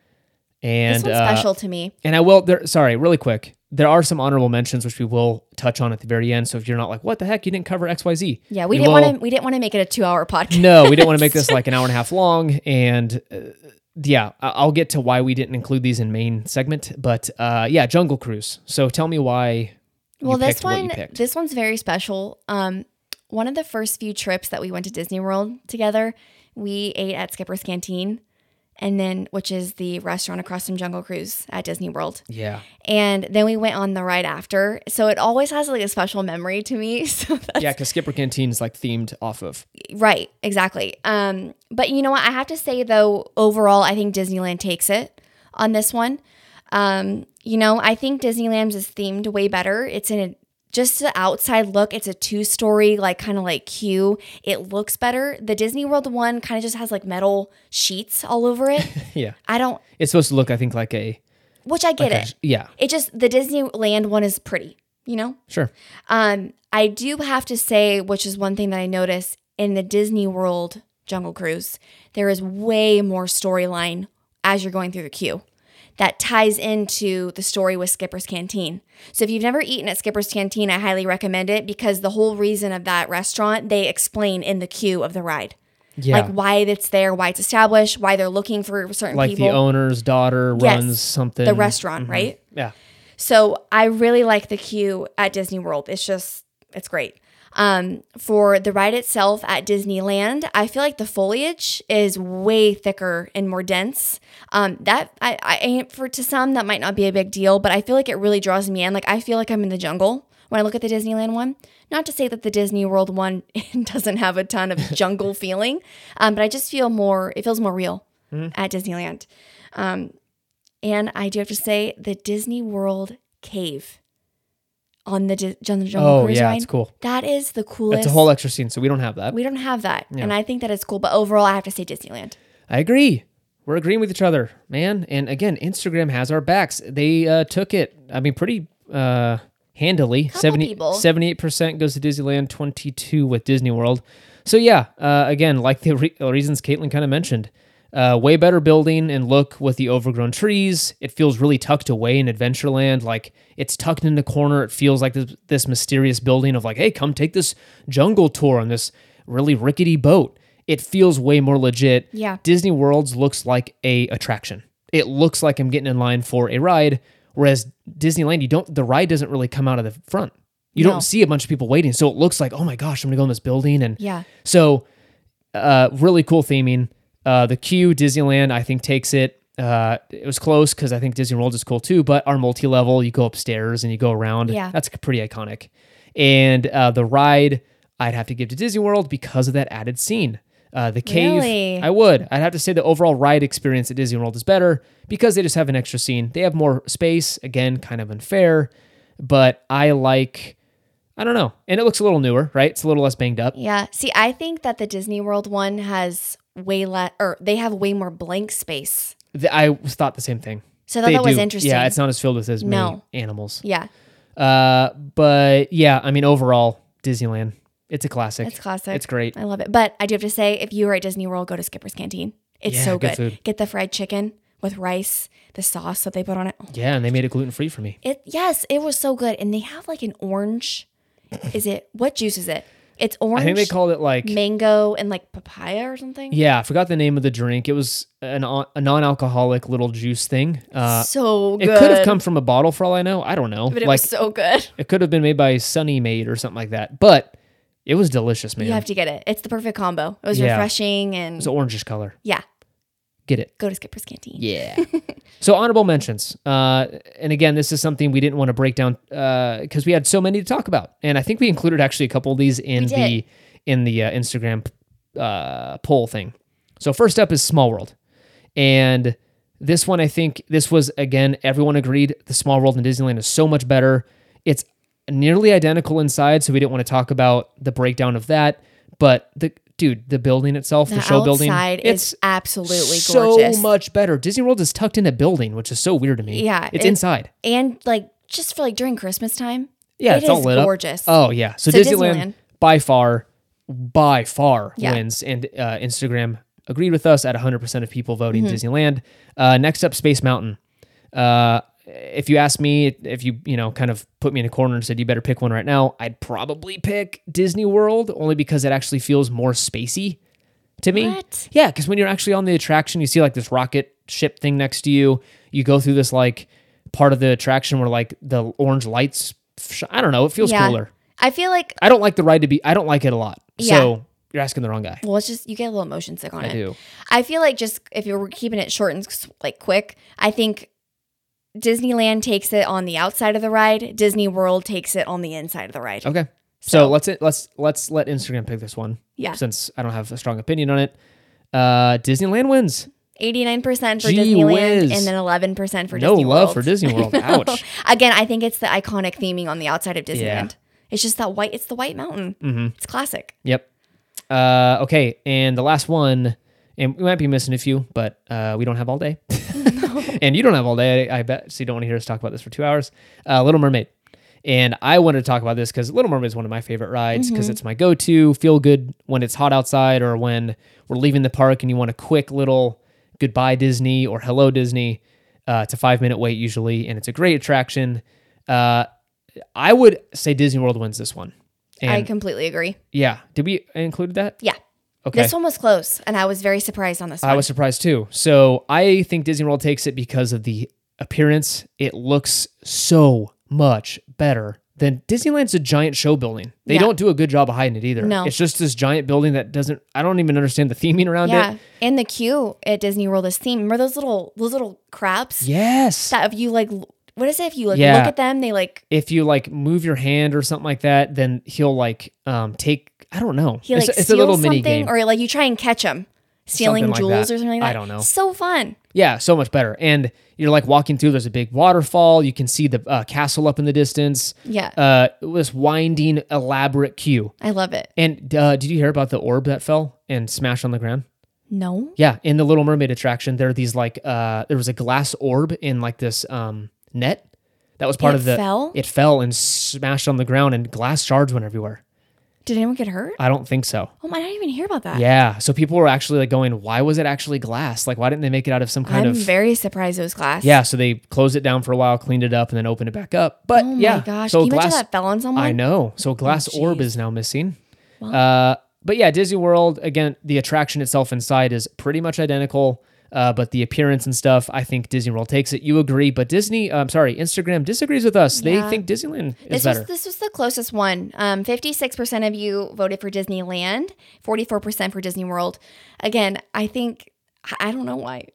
and
This one's
uh,
special to me.
And I will. There, sorry, really quick. There are some honorable mentions which we will touch on at the very end. So if you're not like, what the heck, you didn't cover X Y Z.
Yeah, we didn't want to we didn't want to make it a two hour podcast.
No, we didn't want to make this like an hour and a half long. And uh, yeah, I- I'll get to why we didn't include these in main segment. But uh, yeah, Jungle Cruise. So tell me why. you
well, this
picked what you
one
picked.
this one's very special. Um, one of the first few trips that we went to Disney World together, we ate at Skipper's Canteen, and then which is the restaurant across from Jungle Cruise at Disney World.
Yeah,
and then we went on the ride after. So it always has like a special memory to me. So that's
yeah, because Skipper Canteen is like themed off of.
right, exactly. Um, but you know what? I have to say though, overall, I think Disneyland takes it on this one. Um, you know, I think Disneyland's is themed way better. It's in a just the outside look. It's a two story, like kind of like queue. It looks better. The Disney World one kind of just has like metal sheets all over it.
Yeah,
I don't,
it's supposed to look, I think, like a.
which I get
like a-
it.
yeah,
It just the Disneyland one is pretty. You know,
sure.
Um, I do have to say, which is one thing that I noticed in the Disney World Jungle Cruise, there is way more storyline as you're going through the queue that ties into the story with Skipper's Canteen. So if you've never eaten at Skipper's Canteen, I highly recommend it because the whole reason of that restaurant, they explain in the queue of the ride.
Yeah,
Like why it's there, why it's established, why they're looking for certain
like
people.
the Mm-hmm. owner's daughter
Yes,
runs something.
the restaurant, right?
Yeah.
So I really like the queue at Disney World. It's just it's great. Um, for the ride itself at Disneyland, I feel like the foliage is way thicker and more dense. Um, that I, I for to some that might not be a big deal, but I feel like it really draws me in. Like I feel like I'm in the jungle when I look at the Disneyland one. Not to say that the Disney World one doesn't have a ton of jungle feeling, um, but I just feel more. It feels more real
Hmm.
at Disneyland. Um, and I do have to say the Disney World cave on the Di- on the Jungle
Oh,
Cruise
yeah,
ride.
it's cool.
That is the coolest.
It's a whole extra scene, so we don't have that.
we don't have that, and I think that is cool. But overall, I have to say Disneyland.
I agree. We're agreeing with each other, man. And again, Instagram has our backs. They uh, took it. I mean, pretty uh, handily.
people.
78 percent goes to Disneyland, twenty two with Disney World. So yeah, uh, again, like the re- reasons Caitlin kind of mentioned, uh, way better building and look with the overgrown trees. It feels really tucked away in Adventureland. Like it's tucked in the corner. It feels like this, this mysterious building of like, hey, come take this jungle tour on this really rickety boat. It feels way more legit.
Yeah.
Disney World's looks like a attraction. It looks like I'm getting in line for a ride, whereas Disneyland, you don't. The ride doesn't really come out of the front. You
No.
don't see a bunch of people waiting, so it looks like, oh my gosh, I'm gonna go in this building, and
Yeah,
so uh, really cool theming. Uh, the queue Disneyland, I think, takes it. Uh, it was close because I think Disney World is cool too, but our multi level, you go upstairs and you go around.
Yeah.
That's pretty iconic. And uh, the ride, I'd have to give to Disney World because of that added scene. Uh, the cave,
Really?
I would. I'd have to say the overall ride experience at Disney World is better because they just have an extra scene. They have more space. Again, kind of unfair, but I like. I don't know, and it looks a little newer, right? It's a little less banged up.
yeah. See, I think that the Disney World one has way less, or they have way more blank space.
Th- I thought the same thing.
So I thought that was interesting.
Yeah, it's not as filled with as many
No.
animals.
Yeah,
Uh, but yeah, I mean, overall, Disneyland, it's a classic.
it's classic.
It's great.
I love it. But I do have to say, if you are at Disney World, go to Skipper's Canteen. It's
Yeah,
so
good
good.
food.
Get the fried chicken with rice, the sauce that they put on it.
Yeah, and they made it gluten free for me.
It yes, it was so good. And they have like an orange. Is it what juice is it? It's orange,
I think they called it like
mango, and like papaya or something.
yeah, I forgot the name of the drink. It was an o- a non-alcoholic little juice thing. Uh,
so
it
good.
could have come from a bottle for all I know. I don't know.
but it
like
was so good.
it could have been made by Sunny Maid or something like that. But it was delicious, man.
You have to get it. It's the perfect combo. It was
Yeah.
refreshing and
it's an orangish color.
yeah.
Get it.
Go to Skipper's Canteen.
Yeah. so honorable mentions. Uh, and again, this is something we didn't want to break down because we had so many to talk about, and I think we included actually a couple of these in
We did.
the in the uh, Instagram uh, poll thing. So first up is Small World, and this one I think this was again everyone agreed the Small World in Disneyland is so much better. It's nearly identical inside, so we didn't want to talk about the breakdown of that. But the dude, the building itself, the,
The
show building,
outside
it's
is absolutely
so
gorgeous.
much better. Disney World is tucked in a building, which is so weird to me.
Yeah,
it's
it-
inside.
and like just for like during Christmas time.
Yeah,
it
it's all
is
lit up.
gorgeous.
Oh yeah, so,
So
Disneyland,
Disneyland.
by far, by far
Yeah.
wins, and uh, Instagram agreed with us at 100 percent of people voting
Mm-hmm.
Disneyland. Uh, next up, Space Mountain. Uh, if you asked me, if you you know kind of put me in a corner and said you better pick one right now, I'd probably pick Disney World only because it actually feels more spacey to me.
What?
Yeah, because when you're actually on the attraction, you see like this rocket ship thing next to you. You go through this like part of the attraction where like the orange lights. sh- I don't know. It feels cooler.
I feel like
I don't like the ride to be. I don't like it a lot.
Yeah.
So you're asking the wrong guy.
well, it's just you get a little motion sick on it.
do.
I feel like just if you're keeping it short and s- like quick, I think Disneyland takes it on the outside of the ride. Disney World takes it on the inside of the ride.
Okay. So, let's let's let's let Instagram pick this one.
Yeah.
Since I don't have a strong opinion on it, uh, Disneyland wins.
89% for
Gee
Disneyland
whiz.
and then 11% for
no
Disney
love
World.
for Disney World. Ouch.
Again, I think it's the iconic theming on the outside of Disneyland.
Yeah.
It's just that white, it's the white mountain.
Mhm.
It's classic.
Yep. Uh, okay, and the last one, and we might be missing a few, but uh, we don't have all day, and you don't have all day. I bet. So you don't want to hear us talk about this for two hours. Uh, Little Mermaid, and I wanted to talk about this because Little Mermaid is one of my favorite rides because it's my go-to. Feel good when it's hot outside or when we're leaving the park and you want a quick little goodbye Disney or hello Disney. Uh, it's a five-minute wait usually, and it's a great attraction. Uh, I would say Disney World wins this one. And
I completely agree.
yeah. Did we include that?
Yeah.
Okay.
This one was close and I was very surprised on this one.
I was surprised too. So I think Disney World takes it because of the appearance. It looks so much better then Disneyland's a giant show building. They
Yeah.
don't do a good job of hiding it either.
No.
It's just this giant building that doesn't, I don't even understand the theming around
Yeah.
it.
And the queue at Disney World is themed. Remember those little those little crabs?
Yes.
That if you like l- what is it? If you like
Yeah.
look at them, they like
if you like move your hand or something like that, then he'll like um take, I don't know.
he like
it's, a- it's a
steals
little
something
mini game.
or like you try and catch them. Stealing
Something like
jewels
that.
or something like
I
that.
don't know.
So fun.
Yeah, so much better. And you're like walking through. There's a big waterfall. You can see the uh, castle up in the distance.
Yeah.
Uh, this winding, elaborate queue.
I love it.
And uh, did you hear about the orb that fell and smashed on the ground?
No.
Yeah, in the Little Mermaid attraction, there are these like uh, there was a glass orb in like this um net that was part
It
of the
fell?
It fell and smashed on the ground, and glass shards went everywhere.
Did anyone get hurt?
I don't think so.
Oh my, I didn't even hear about that.
Yeah, so people were actually like going, "Why was it actually glass? Like, why didn't they make it out of some kind
I'm
of
very surprised it was glass.
Yeah, so they closed it down for a while, cleaned it up, and then opened it back up. But
Oh my
yeah,
gosh.
so
Can you
glass.
imagine that fell on someone?
I know. So a glass
jeez.
orb is now missing. Uh, but yeah, Disney World again. The attraction itself inside is pretty much identical, uh, but the appearance and stuff. I think Disney World takes it. You agree, but Disney, uh, I'm sorry, Instagram disagrees with us. They
Yeah.
think Disneyland is
This
better.
was this was the closest one. Um, Fifty six percent of you voted for Disneyland, forty four percent for Disney World. Again, I think I I don't know why. I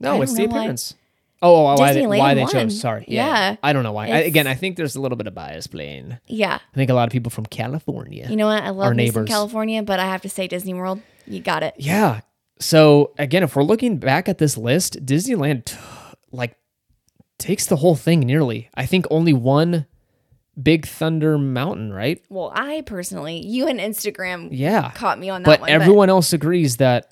no,
don't
it's the
know why.
appearance. Oh, oh, why they,
Disneyland
why they
won.
chose? Sorry,
Yeah.
I don't know why. I,
It's-
again, I think there's a little bit of bias playing.
Yeah,
I think a lot of people from California.
you know what? I love me some
neighbors.
California, but I have to say Disney World. You got it.
Yeah. So again, if we're looking back at this list, Disneyland t- like takes the whole thing nearly. I think only one Big Thunder Mountain, right?
Well, I personally, you and Instagram
Yeah.
caught me on that
But
one.
everyone else agrees that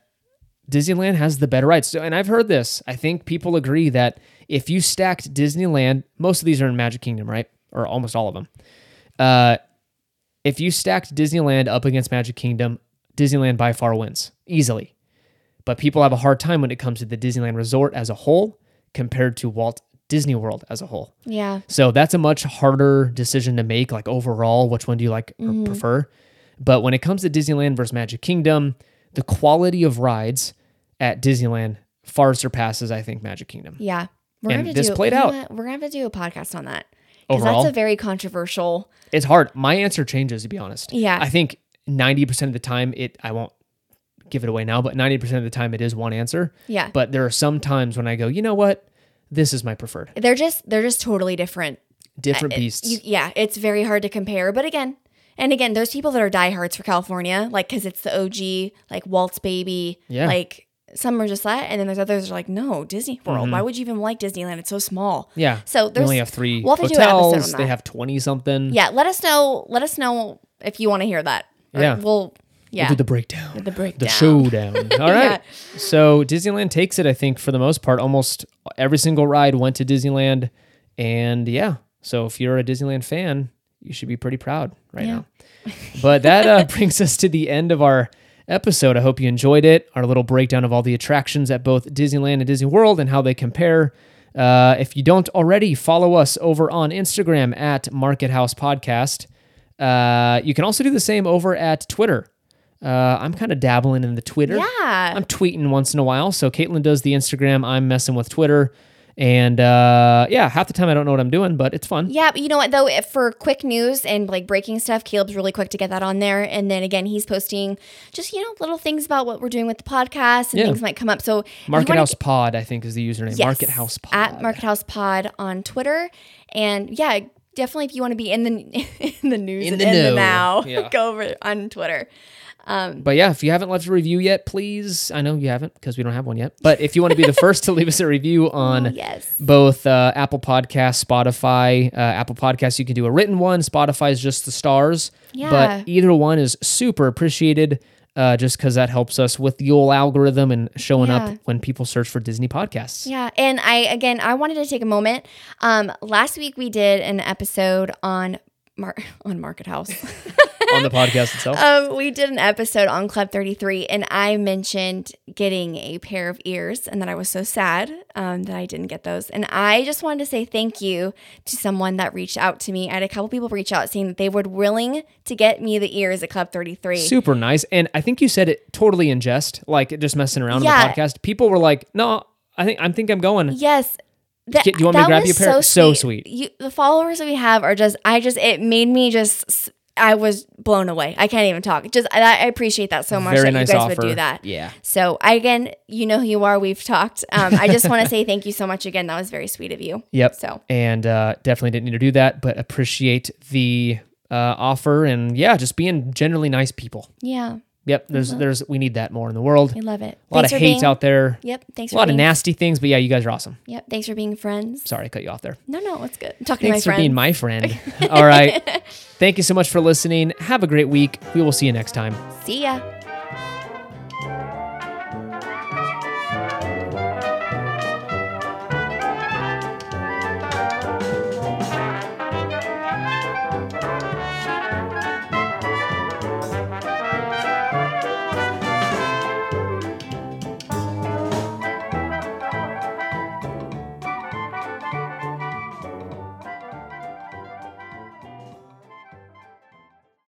Disneyland has the better rights. So, and I've heard this. I think people agree that if you stacked Disneyland, most of these are in Magic Kingdom, right? Or almost all of them. Uh, if you stacked Disneyland up against Magic Kingdom, Disneyland by far wins easily. But people have a hard time when it comes to the Disneyland Resort as a whole compared to Walt Disney World as a whole.
but yeah,
So that's a much harder decision to make, like overall, which one do you like or
Mm-hmm.
prefer? But when it comes to Disneyland versus Magic Kingdom, the quality of rides at Disneyland far surpasses, I think, Magic Kingdom.
yeah. We're
And
gonna have to
this
do,
played
you know
out.
what? We're gonna have to do a podcast on that because
Overall?
that's a very controversial.
It's hard. My answer changes, to be honest.
Yeah.
I think 90% of the time, it, I won't give it away now, but 90% of the time, it is one answer.
Yeah,
But there are some times when I go, you know what? This is my preferred.
they're just they're just totally different.
Different
Uh, it-
beasts.
you- yeah, it's very hard to compare. But again, and again, those people that are diehards for California, like because it's the OG, like Walt's Baby.
Yeah.
Like some are just that, and then there's others that are like, no, Disney World. Why would you even like Disneyland? It's so small.
Mm-hmm. yeah.
So
they
there's
only have 3
we'll have to do an episode
hotels.
on
They
that.
have 20 something.
yeah. Let us know. Let us know if you want to hear that. Or
Yeah.
We'll yeah.
We'll do the breakdown.
the breakdown.
the showdown. All right. So Disneyland takes it, I think, for the most part. Almost every single ride went to Disneyland. And yeah, so if you're a Disneyland fan, you should be pretty proud right now. But that uh, brings us to the end of our episode. I hope you enjoyed it. Our little breakdown of all the attractions at both Disneyland and Disney World and how they compare. Uh, if you don't already, follow us over on Instagram at Market House Podcast. Uh, you can also do the same over at Twitter. Uh, I'm kind of dabbling in the Twitter.
Yeah.
I'm tweeting once in a while. So Caitlin does the Instagram. I'm messing with Twitter. And uh, yeah, half the time I don't know what I'm doing, but it's fun.
Yeah, but you know what though, if for quick news and like breaking stuff, Caleb's really quick to get that on there. And then again, he's posting just you know little things about what we're doing with the podcast and
Yeah.
things might come up. So if you
Market
wanna-
House Pod, I think, is the username.
Yes,
Market House Pod.
at Market House Pod on Twitter, and yeah, definitely if you want to be in the in the news
In
and
the
in the
know.
now,
Yeah.
go over on Twitter.
But yeah, if you haven't left a review yet, please. I know you haven't because we don't have one yet. But if you want to be the first to leave us a review on
Oh, Yes,
both uh, Apple Podcasts, Spotify, uh, Apple Podcasts, you can do a written one. Spotify is just the stars.
Yeah.
But either one is super appreciated uh, just because that helps us with the old algorithm and showing
Yeah.
up when people search for Disney podcasts.
yeah, and I again, I wanted to take a moment. Um, last week we did an episode on Mar- on Market House.
on the podcast itself.
um, we did an episode on Club 33, and I mentioned getting a pair of ears, and that I was so sad um, that I didn't get those. And I just wanted to say thank you to someone that reached out to me. I had a couple people reach out saying that they were willing to get me the ears at Club 33.
Super nice. And I think you said it totally in jest, like just messing around
Yeah.
on the podcast. People were like, no, I think I think I'm going.
yes, That,
Get- do you want me to
that
grab you
was
a pair? So sweet.
You, the followers that we have are just, I just, it made me just, I was blown away. I can't even talk. Just, I, I appreciate that so much
Very
that
nice
you guys
offer.
would do that.
Yeah.
So I, again, you know who you are. We've talked. Um, I just want to say thank you so much again. That was very sweet of you.
Yep.
So
and uh, definitely didn't need to do that, but appreciate the uh, offer and yeah, just being generally nice people.
yeah,
Yep, there's there's we need that more in the world.
we love it.
A lot of
Mm-hmm. for
hate
being,
out there,
Yep. Thanks
a
for
lot of
being.
nasty things, but yeah, you guys are awesome.
yep. Thanks for being friends.
Sorry, I cut you off there.
No, no, it's good. I'm talking
Thanks
to
for
my friend.
being my friend. All right. Thank you so much for listening. Have a great week. We will see you next time.
See ya.